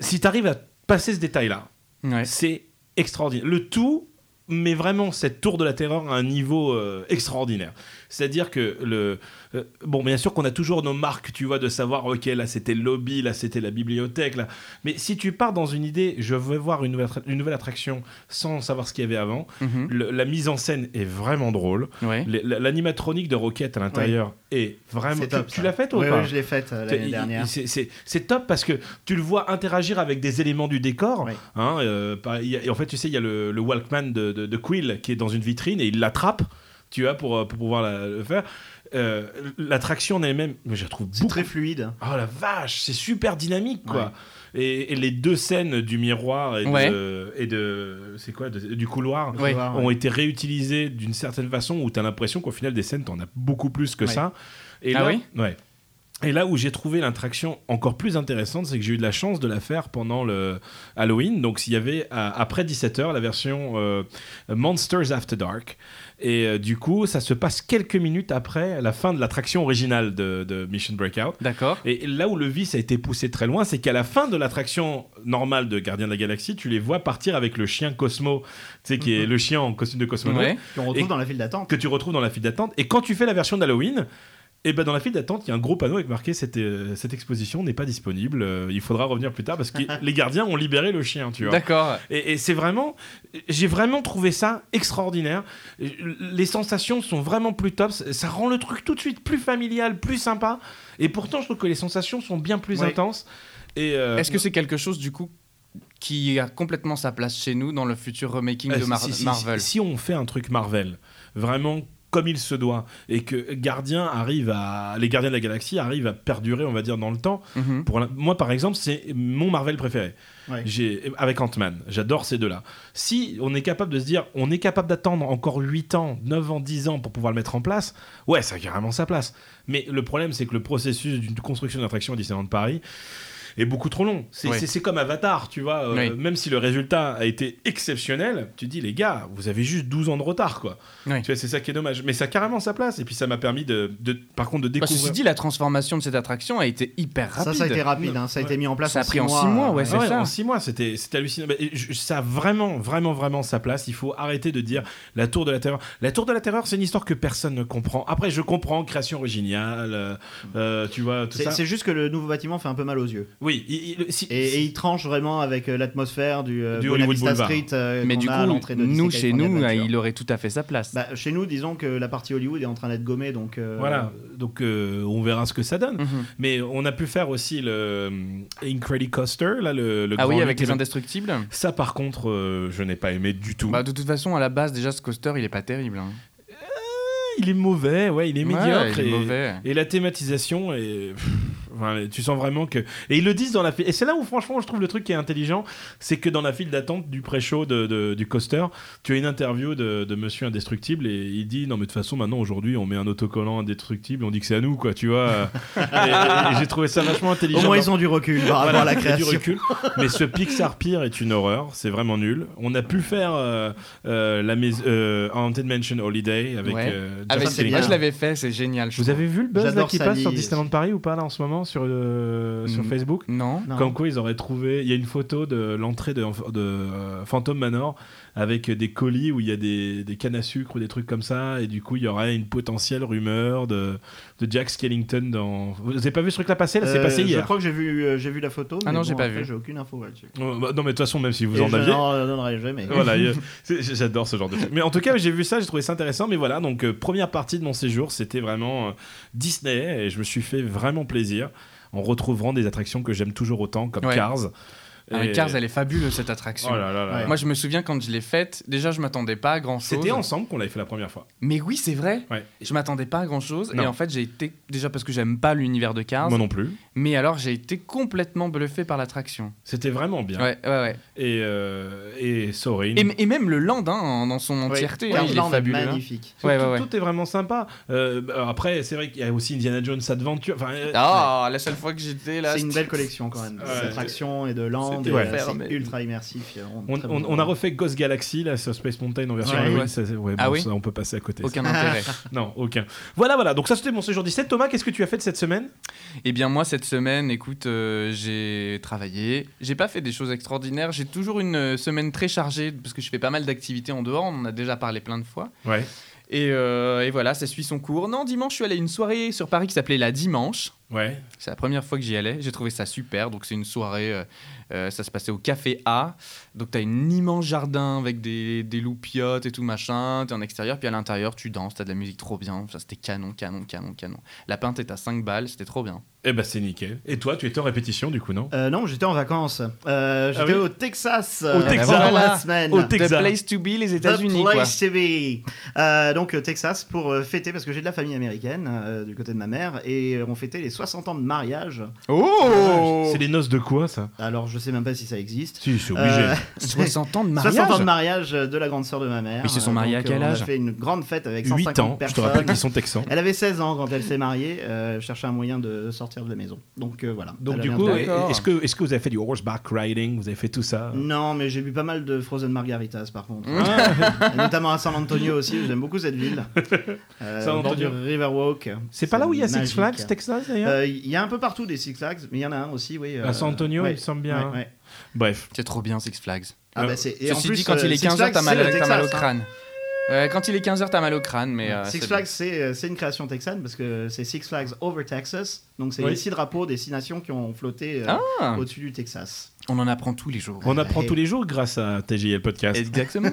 si tu arrives à passer ce détail-là,
Ouais.
C'est extraordinaire. Le tout, mais vraiment cette tour de la terreur à un niveau euh, extraordinaire. C'est-à-dire que le euh, bon, bien sûr qu'on a toujours nos marques, tu vois, de savoir ok là c'était le lobby, là c'était la bibliothèque, là. Mais si tu pars dans une idée, je veux voir une nouvelle, attra- une nouvelle attraction sans savoir ce qu'il y avait avant.
Mhm.
le- la mise en scène est vraiment drôle.
Ouais.
Les- la- L'animatronique de Rocket à l'intérieur est vraiment.
C'est
tu-
top,
Ah, tu
ça.
l'as faite ou
Oui,
pas
oui, je l'ai faite euh,
il-
l'année
il-
dernière.
c'est- C'est c'est top parce que tu le vois interagir avec des éléments du décor.
Oui.
hein, euh, par- il y a- et en fait, tu sais, il y a le, le Walkman de, de- de Quill qui est dans une vitrine et il l'attrape, tu vois, pour, euh, pour pouvoir la- le faire. Euh, L'attraction en elle-même, mais je la trouve
C'est
beaucoup.
très fluide.
Oh la vache, c'est super dynamique quoi. Et, et les deux scènes du miroir et de, et de c'est quoi, de- du couloir
Hein, Ouais.
Faut voir,
ont été réutilisées d'une certaine façon où tu as l'impression qu'au final des scènes t'en as beaucoup plus que
Ouais.
ça. Et
Ah
là,
oui
ouais. Et là où j'ai trouvé l'attraction encore plus intéressante, c'est que j'ai eu de la chance de la faire pendant le Halloween. Donc s'il y avait à- après 17h la version euh, Monsters After Dark. Et euh, du coup, ça se passe quelques minutes après la fin de l'attraction originale de- de Mission Breakout.
D'accord.
Et là où le vice a été poussé très loin, c'est qu'à la fin de l'attraction normale de Gardien de la Galaxie, tu les vois partir avec le chien Cosmo, tu sais, qui est le chien en costume de cosmonaute,
Ouais.
Qu'on retrouve
Et-
dans la file d'attente.
que tu retrouves dans la file d'attente. Et quand tu fais la version d'Halloween, et ben dans la file d'attente, il y a un gros panneau avec marqué cette, euh, cette exposition n'est pas disponible, euh, il faudra revenir plus tard parce que les gardiens ont libéré le chien, tu vois.
D'accord.
Et, et c'est vraiment, j'ai vraiment trouvé ça extraordinaire. Les sensations sont vraiment plus top. Ça rend le truc tout de suite plus familial, plus sympa. Et pourtant, je trouve que les sensations sont bien plus
Ouais.
intenses. Et euh,
Est-ce que c'est quelque chose, du coup, qui a complètement sa place chez nous dans le futur remaking
euh,
de Mar-
si- si-
Marvel
si, si on fait un truc Marvel, vraiment comme il se doit et que Gardien arrive à les Gardiens de la Galaxie arrivent à perdurer, on va dire, dans le temps.
Mhm.
Pour la- Moi, par exemple, c'est mon Marvel préféré.
Ouais.
J'ai avec Ant-Man, j'adore ces deux-là. Si on est capable de se dire, on est capable d'attendre encore 8 ans, 9 ans, 10 ans pour pouvoir le mettre en place, ouais, ça a carrément sa place. Mais le problème, c'est que le processus d'une construction d'attraction à Disneyland Paris est beaucoup trop long. C'est
Oui.
c'est- c'est comme Avatar, tu vois. euh,
Oui.
Même si le résultat a été exceptionnel, tu dis, les gars, vous avez juste 12 ans de retard, quoi.
Oui.
Tu vois, c'est ça qui est dommage. Mais ça a carrément sa place. Et puis ça m'a permis, de, de- par contre, de
Bah,
découvrir.
ceci dit, la transformation de cette attraction a été hyper rapide.
Ça, ça a été rapide, hein, ça a été mis en place
Ça a
en
pris
six
en
mois.
six mois, ouais,
Ah
c'est-
ouais,
ça.
En six mois, c'était c'était hallucinant. Mais je- ça a vraiment, vraiment, vraiment sa place. Il faut arrêter de dire la tour de la terreur. La tour de la terreur, c'est une histoire que personne ne comprend. Après, je comprends création originale, euh, euh, tu vois, tout
C'est
ça.
c'est juste que le nouveau bâtiment fait un peu mal aux yeux.
Oui, il- il- si-
Et, et il tranche vraiment avec euh, l'atmosphère du, euh,
Du
Buena
Hollywood
Vista
Boulevard.
Street. euh,
Mais
qu'on
du
a à
coup,
l'entrée de
nous,
Disney
chez nous,
California Adventure.
il aurait tout à fait sa place.
Bah, chez nous, disons que la partie Hollywood est en train d'être gommée, donc. euh,
voilà. Donc, euh, on verra ce que ça donne.
Mhm.
Mais on a pu faire aussi le hum, Incredicoaster, là, le, le
Ah
grand
oui, avec les
ultimate-
indestructibles.
Ça, par contre, euh, je n'ai pas aimé du tout.
Bah, de toute façon, à la base, déjà, ce coaster, il est pas terrible. hein.
il est mauvais, ouais, il est
Ouais,
médiocre.
il est
et-
mauvais.
Et la thématisation, est... pff, enfin, tu sens vraiment que. Et ils le disent dans la file. Et c'est là où, franchement, je trouve le truc qui est intelligent, c'est que dans la file d'attente du pré-show de- de- du coaster, tu as une interview de, de Monsieur Indestructible et il dit Non, mais de toute façon, maintenant, aujourd'hui, on met un autocollant indestructible, on dit que c'est à nous, quoi, tu vois. et et j'ai trouvé ça vachement intelligent.
Au moins, ils ont du recul par
Voilà,
rapport à la
il y a du
création.
recul. Mais ce Pixar Pier est une horreur, c'est vraiment nul. On a pu faire euh, euh, la maison euh, Haunted Mansion Holiday avec.
Ouais.
euh, Justin
Avec
c'est
Ah, moi,
bien.
je l'avais fait, c'est génial. je
vous
trouve.
avez vu le buzz là,
J'adore
qui
sa
passe sur
liste.
Disneyland Paris ou pas là en ce moment sur, euh, sur
Mm.
Facebook
Non.
Non.
Comme quoi ils auraient trouvé. Il y a une photo de l'entrée de, de euh, Phantom Manor avec des colis où il y a des, des cannes à sucre ou des trucs comme ça et du coup il y aurait une potentielle rumeur de, de Jack Skellington dans. Vous avez pas vu ce truc là passer là C'est
Euh,
passé
Je
hier.
crois que j'ai vu, euh, j'ai vu la photo.
Ah
mais
non,
bon,
j'ai pas
après,
vu.
J'ai aucune info là-dessus.
Euh, bah, non mais de toute façon même si vous
Et
en aviez.
Je n'en donnerai jamais.
voilà, il y a- c'est- j'adore ce genre de truc. Mais en tout cas, j'ai vu ça, j'ai trouvé ça intéressant. Mais voilà, donc euh, première partie de mon séjour, c'était vraiment euh, Disney et je me suis fait vraiment plaisir en retrouvant des attractions que j'aime toujours autant, comme
Ouais.
Cars.
Ah, mais
Et-
Cars, elle est fabuleuse, cette attraction.
Oh là là là.
Ouais.
Moi, je me souviens quand je l'ai faite, déjà, je m'attendais pas à grand chose.
C'était ensemble qu'on l'avait fait la première fois.
Mais oui, c'est vrai.
Ouais.
Je m'attendais pas à grand chose.
Non.
Et en fait, j'ai été. Déjà parce que j'aime pas l'univers de Cars.
Moi non plus.
Mais alors, j'ai été complètement bluffé par l'attraction.
C'était vraiment bien.
Ouais, ouais, ouais.
Et, euh, et Sorin.
Et, m- et même le land, hein, dans son entièreté, hein, il est
Cardland est
fabuleux. hein.
magnifique.
Tout,
Ouais,
tout-
ouais, ouais.
tout est vraiment sympa. Euh, bah, après, c'est vrai qu'il y a aussi Indiana Jones Adventure. Enfin, euh,
Ah, la seule fois que j'étais là.
C'est une
c'était-
belle collection quand même.
Ouais.
D'attractions et de landes.
C'était
et,
ouais.
euh, C'est
fermé.
ultra immersif.
on,
très
on-
bon.
on a refait Ghost Galaxy là sur Space Mountain en version
Ouais.
Halloween.
Ouais.
Ça, c'est- ouais,
Ah
bon,
oui
ça, on peut passer à côté.
Aucun intérêt.
Non, aucun. Voilà, voilà. Donc ça, c'était mon séjour 17. Thomas, qu'est-ce que tu as fait de cette semaine
Eh bien, moi, cette semaine, écoute, euh, j'ai travaillé. J'ai pas fait des choses extraordinaires. J'ai toujours une euh, semaine très chargée parce que je fais pas mal d'activités en dehors. On en a déjà parlé plein de fois.
Ouais.
Et, euh, et voilà, ça suit son cours. Non, dimanche, je suis allé à une soirée sur Paris qui s'appelait La Dimanche.
Ouais.
C'est la première fois que j'y allais. J'ai trouvé ça super. Donc, c'est une soirée. euh, euh, ça se passait au Café A. Donc, t'as un immense jardin avec des, des loupiottes et tout machin. T'es en extérieur. Puis à l'intérieur, tu danses. T'as de la musique trop bien. Ça, c'était canon, canon, canon, canon. La pinte est à 5 balles. C'était trop bien.
Eh ben, c'est nickel. Et toi, tu étais en répétition du coup, non
Euh, non, j'étais en vacances. Euh, j'étais
Ah oui
au Texas. Au
Texas.
la semaine.
Au Texas.
The place to be, les États-Unis,
The
quoi.
place to be. Euh, donc euh, Texas pour euh, fêter parce que j'ai de la famille américaine euh, du côté de ma mère et euh, on fêtait les 60 ans de mariage.
Oh
C'est les noces de quoi ça
Alors je sais même pas si ça existe.
Si, c'est
Euh,
60 ans de
60 ans
mariage
de mariage de la grande sœur de ma mère.
Ils se sont
Euh,
mariés à
donc,
quel
euh,
âge
On a fait une grande fête avec 150
8 ans. Je te
personnes.
rappelle qu'ils sont texans.
Elle avait 16 ans quand elle s'est mariée, euh, cherchait un moyen de sortir de la maison. Donc euh, voilà.
Donc
Elle
du
avait
coup,
un-
D'accord.
est-ce que, est-ce que vous avez fait du horseback riding Vous avez fait tout ça
Non, mais j'ai bu pas mal de Frozen Margaritas par contre.
Ah,
Et notamment à San Antonio aussi, j'aime beaucoup cette ville. Euh,
San
au bord
Antonio.
du Riverwalk.
C'est pas là où il y a Six
magique.
Flags Texas d'ailleurs
Euh, Il y a un peu partout des Six Flags, mais il y en a un aussi, oui. euh,
À San Antonio,
ouais,
il me semble bien.
ouais,
hein.
ouais.
Bref.
C'est trop bien, Six Flags.
Ah,
Euh,
bah, c'est- et en
Ceci
plus,
dit, quand il
euh,
est
Six
15 heures,
Flags,
t'as mal,
c'est le
t'as mal au
Texas, hein.
crâne. Ouais, quand il est 15 heures, t'as mal au crâne, mais... euh,
Six
c'est
Flags,
bien.
c'est euh, c'est une création texane parce que c'est Six Flags over Texas. Donc, c'est
Oui.
les six drapeaux des six nations qui ont flotté euh,
Ah,
au-dessus du Texas.
on en apprend tous les jours.
On
bah,
apprend
et-
tous les jours grâce à TJL Podcast.
Exactement.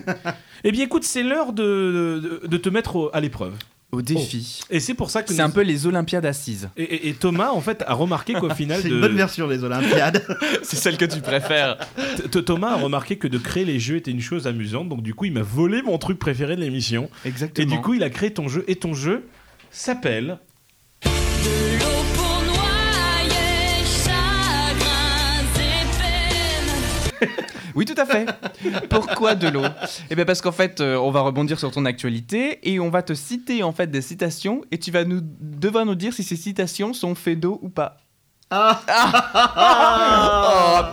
Eh bien écoute, c'est l'heure de, de, de te mettre au- à l'épreuve.
Oh.
Au défi.
Et c'est pour ça que
C'est
nous-
un peu les Olympiades assises.
et, et- et Thomas en fait a remarqué qu'au final
C'est
de-
une bonne version des Olympiades.
C'est celle que tu préfères.
Th- Thomas a remarqué que de créer les jeux était une chose amusante donc du coup il m'a volé mon truc préféré de l'émission et
Exactement.
du coup il a créé ton jeu et ton jeu s'appelle
De l'eau pour noyer chagrins et peines.
Oui, tout à fait. Pourquoi de l'eau Eh bien, parce qu'en fait, euh, on va rebondir sur ton actualité et on va te citer en fait des citations et tu vas nous devras nous dire si ces citations sont faites d'eau ou pas.
Ah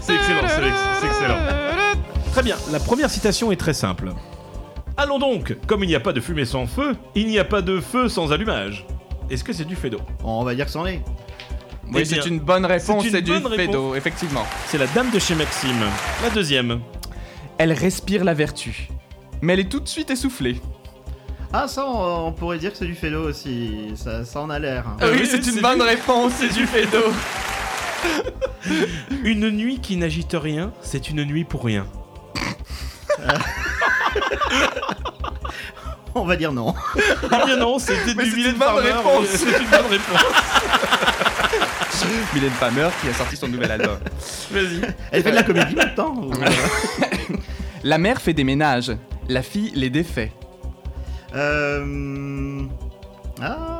C'est excellent, c'est ex- c'est excellent. Très bien, la première citation est très simple. Allons donc, comme il n'y a pas de fumée sans feu, il n'y a pas de feu sans allumage. Est-ce que c'est du fait d'eau
On va dire que c'en est.
Oui,
Eh bien,
c'est une bonne réponse,
c'est une
c'est du
bonne
fait
réponse.
d'eau, effectivement.
C'est la dame de chez Maxime. La deuxième.
Elle respire la vertu, mais elle est tout de suite essoufflée.
Ah, ça, on, on pourrait dire que c'est du félo aussi. Ça, ça en a l'air.
Ah oui,
oui, c'est
c'est
une
du-
bonne réponse, c'est du fait d'eau.
Une nuit qui n'agite rien, c'est une nuit pour rien.
On va dire non.
Eh bien non, c'était
Mais
du
c'est
Mylène
une bonne
Farmer,
réponse.
oui, C'est une bonne réponse.
Mylène Palmer qui a sorti son nouvel album.
Vas-y.
Elle fait de la comédie maintenant. ou-
La mère fait des ménages, la fille les défait.
Euh, Ah.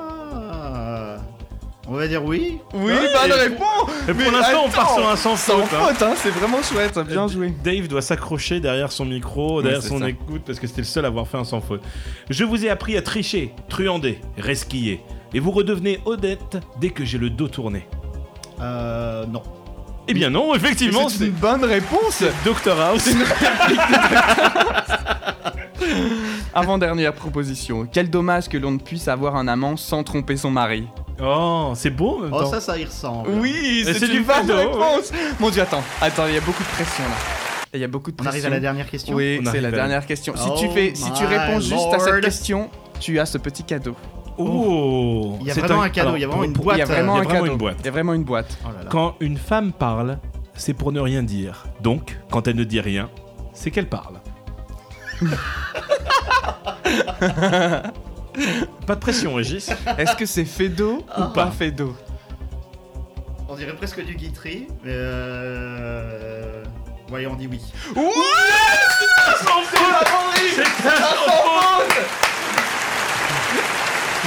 On va dire oui.
Oui, bah,
Ouais.
bonne réponse
Et pour
Mais
l'instant, on part
attends,
sur un sans
Sans
faute. hein. Euh,
faute, hein, c'est vraiment chouette, bien joué.
Dave doit s'accrocher derrière son micro,
Oui,
derrière
c'est
son
ça.
écoute, parce que c'était le seul à avoir fait un sans faute. Je vous ai appris à tricher, truander, resquiller. Et vous redevenez Odette dès que j'ai le dos tourné.
Euh. Non.
Eh bien non, effectivement,
C'est
c'est
une bonne réponse
Doctor House.
Avant-dernière proposition. Quel dommage que l'on ne puisse avoir un amant sans tromper son mari.
Oh, c'est beau en même
Oh,
temps.
ça, ça y ressemble.
Oui,
Et c'est du
bonne
cadeau, ouais.
réponse Mon dieu, attends, attends, il y a beaucoup de pression là. Il y a beaucoup de
On
pression.
arrive à la dernière question.
Oui,
On
c'est
arrive
la
à la-
dernière question. Si tu
Oh
fais, si tu
my
réponds juste à cette
lord.
question, tu as ce petit cadeau.
Oh,
Il y a
c'est
vraiment un cadeau, il y a vraiment
pour-
une
pour-
boîte.
il y a vraiment
il y a
un
vraiment
cadeau.
une boîte.
Il y a vraiment une boîte.
Oh là là.
Quand une femme parle, c'est pour ne rien dire. Donc, quand elle ne dit rien, c'est qu'elle parle. Pas de pression, Régis.
Est-ce que c'est fait d'eau ou pas fait d'eau
On dirait presque du guitry. mais Euh. Ouais, on dit oui.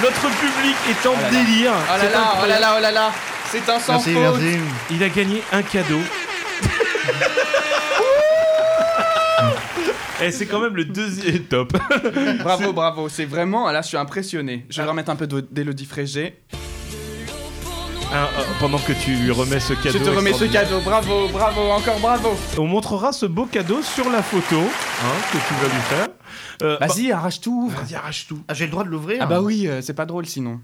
Notre public est en
là là.
délire.
Oh là
C'est
là, oh là
incroyable.
là, oh là là C'est un sans
Merci,
faute
merci.
Il a gagné un cadeau. Et c'est quand même le deuxième top.
Bravo, bravo, c'est vraiment, là je suis impressionné.
Ah.
Je vais remettre un peu d'eau- d'Élodie Frégé.
De l'eau pour noyer
Ah, ah, pendant que tu lui remets ce cadeau.
Je te remets ce
extraordinaire.
cadeau, bravo, bravo, encore bravo
On montrera ce beau cadeau sur la photo hein, que tu vas lui faire. Euh,
Vas-y, arrache tout,
bah, vas-y, arrache tout.
Ah, j'ai le droit de l'ouvrir
Ah bah oui, euh, c'est pas drôle sinon.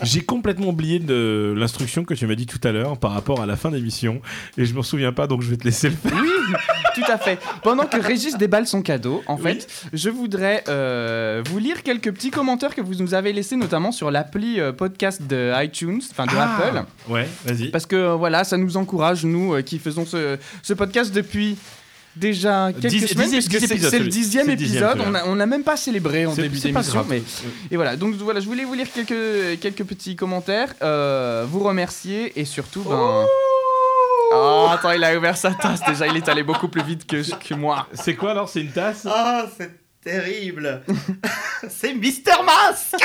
J'ai complètement oublié de l'instruction que tu m'as dit tout à l'heure par rapport à la fin d'émission et je m'en souviens pas donc je vais te laisser le faire.
Oui, tout à fait. Pendant que Régis déballe son cadeau, en fait, je voudrais euh, vous lire quelques petits commentaires que vous nous avez laissés, notamment sur l'appli euh, podcast de iTunes, enfin de
Ah.
Apple.
Ouais, vas-y.
Parce que euh, voilà, ça nous encourage, nous, euh, qui faisons ce, ce podcast depuis déjà quelques
Dix-
semaines,
dix-
puisque
dix
c'est-
épisodes,
c'est le
celui-
dixième
c'est le dixième,
épisode.
celui-là.
on n'a même pas célébré en
C'est-
début
c'est pas
d'émission,
grave. Euh,
mais et voilà. Donc voilà, je voulais vous lire quelques, quelques petits commentaires, euh, vous remercier et surtout, ben. Oh, attends, il a ouvert sa tasse déjà, il est allé beaucoup plus vite que, que moi.
C'est quoi alors C'est une tasse
Ah, c'est terrible. c'est Mister Mask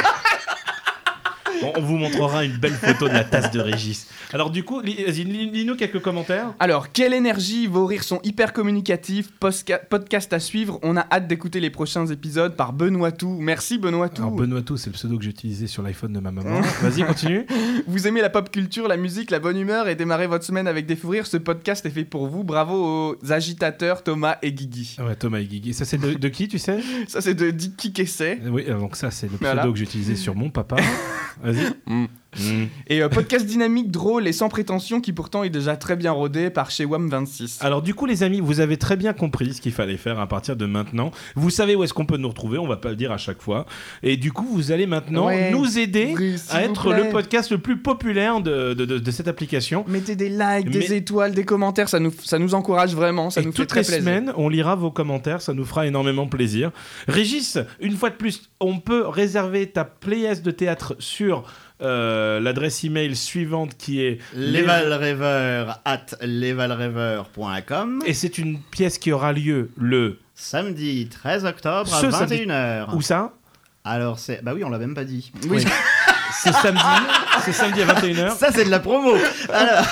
Bon, On vous montrera une belle photo de la tasse de Régis. Alors du coup, li- vas-y, li- lis-nous quelques commentaires.
Alors, quelle énergie Vos rires sont hyper communicatifs. posca- Podcast à suivre. On a hâte d'écouter les prochains épisodes par Benoît Tout. Merci Benoît Tout.
Alors Benoît Tout, c'est le pseudo que j'utilisais sur l'iPhone de ma maman. Vas-y, continue.
Vous aimez la pop culture, la musique, la bonne humeur et démarrer votre semaine avec des fous rires. Ce podcast est fait pour vous. Bravo aux agitateurs Thomas et Guigui.
Ah ouais, Thomas et Guigui. Ça c'est de, de qui, tu sais
Ça, c'est de Dicky Kessé.
Euh, Oui, euh, donc ça c'est le pseudo
Voilà. Mm.
que j'utilisais sur mon papa. Vas-y.
Et euh, podcast dynamique, drôle et sans prétention qui pourtant est déjà très bien rodé par chez WAM26.
Alors du coup les amis, vous avez très bien compris ce qu'il fallait faire à partir de maintenant. Vous savez où est-ce qu'on peut nous retrouver, on va pas le dire à chaque fois. Et du coup vous allez maintenant
Ouais.
nous aider
Oui, s'il
à
vous
être
plaît.
le podcast le plus populaire de, de- de- de cette application.
Mettez des likes, des
Mais-
étoiles, des commentaires, ça nous, ça nous encourage vraiment, ça
Et
nous fait
toutes
très
les
plaisir.
semaines, on lira vos commentaires, ça nous fera énormément plaisir. Régis, une fois de plus, on peut réserver ta playest de théâtre sur euh, l'adresse email suivante qui est
Levalreveur at levalreveur.com
Et c'est une pièce qui aura lieu le
samedi 13 octobre à
Ce samedi-
Ah.
21h.
où ça
Alors c'est bah oui, on l'a même pas dit.
Oui.
C'est samedi, c'est samedi à 21h.
Ça c'est de la promo. Alors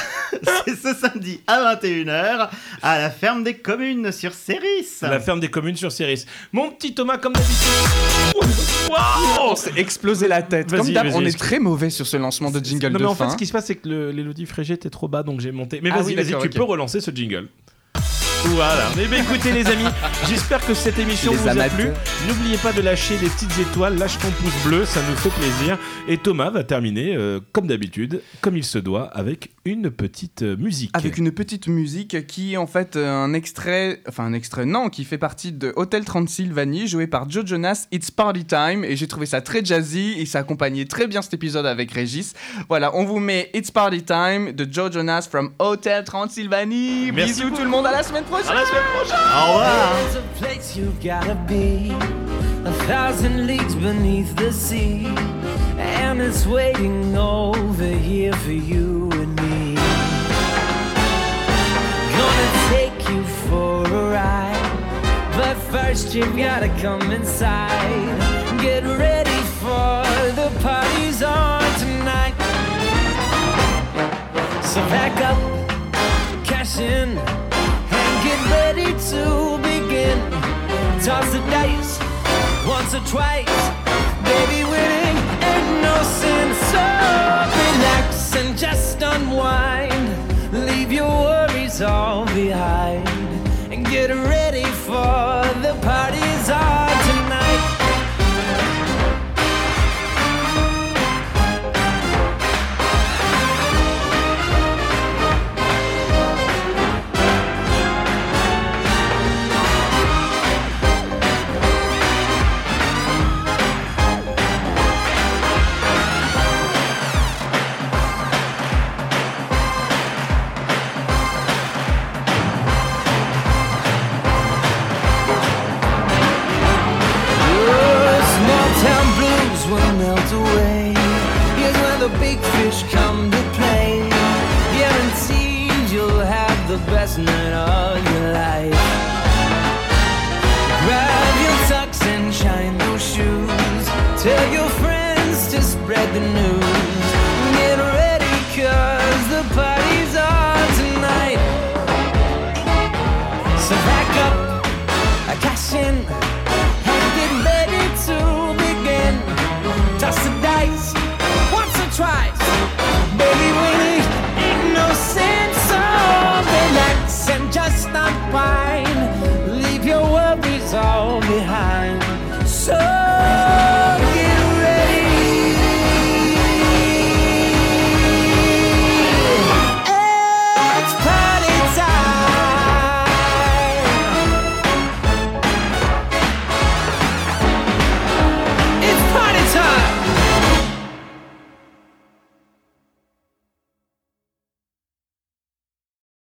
c'est ce samedi à 21h à la ferme des communes sur Céris.
La ferme des communes sur Céris. Mon petit Thomas, comme d'habitude. Waouh
On s'est explosé la tête.
Vas-y,
Comme d'hab,
vas-y,
on est
excuse-
très mauvais sur ce lancement de jingle
Non,
de
mais en
fin.
fait, ce qui se passe, c'est que le- l'Élodie Frégé était trop bas, donc j'ai monté. Mais
Ah
vas-y,
oui,
vas-y, tu
d'accord, ok.
peux relancer ce jingle. Voilà. Eh bien, écoutez, les amis, j'espère que cette émission
Les
vous a
amateurs.
plu. N'oubliez pas de lâcher des petites étoiles, lâche ton pouce bleu, ça nous fait plaisir. Et Thomas va terminer, euh, comme d'habitude, comme il se doit, avec une petite euh, musique.
Avec une petite musique qui est en fait euh, un extrait, enfin un extrait, non, qui fait partie de Hotel Transylvanie, joué par Joe Jonas, It's Party Time, et j'ai trouvé ça très jazzy, et ça accompagnait très bien cet épisode avec Régis. Voilà, on vous met It's Party Time de Joe Jonas from Hotel Transylvanie.
Merci
Bisous tout le monde, à la semaine prochaine
There's a place you've gotta be, a thousand leagues beneath the sea, and it's waiting over here for you and me. Gonna take you for a ride, but first you've gotta come inside. Get ready for the party's on tonight. So pack up, cash in and get ready to begin. Toss the dice once or twice, baby. Winning ain't no sin. So relax and just unwind. Leave your worries all behind and get ready for the party's on tonight. Your small town blues will melt away. Here's where the big fish come to play. Guaranteed you'll have the best night of your life. Grab your tux and shine those shoes. Tell your friends to spread the news. Get ready, cause the party's on tonight. So back up, I cash in. Get ready to begin. Toss the dice once or twice. Baby, winning ain't no sense. So relax and just unwind. Leave your worries all behind. So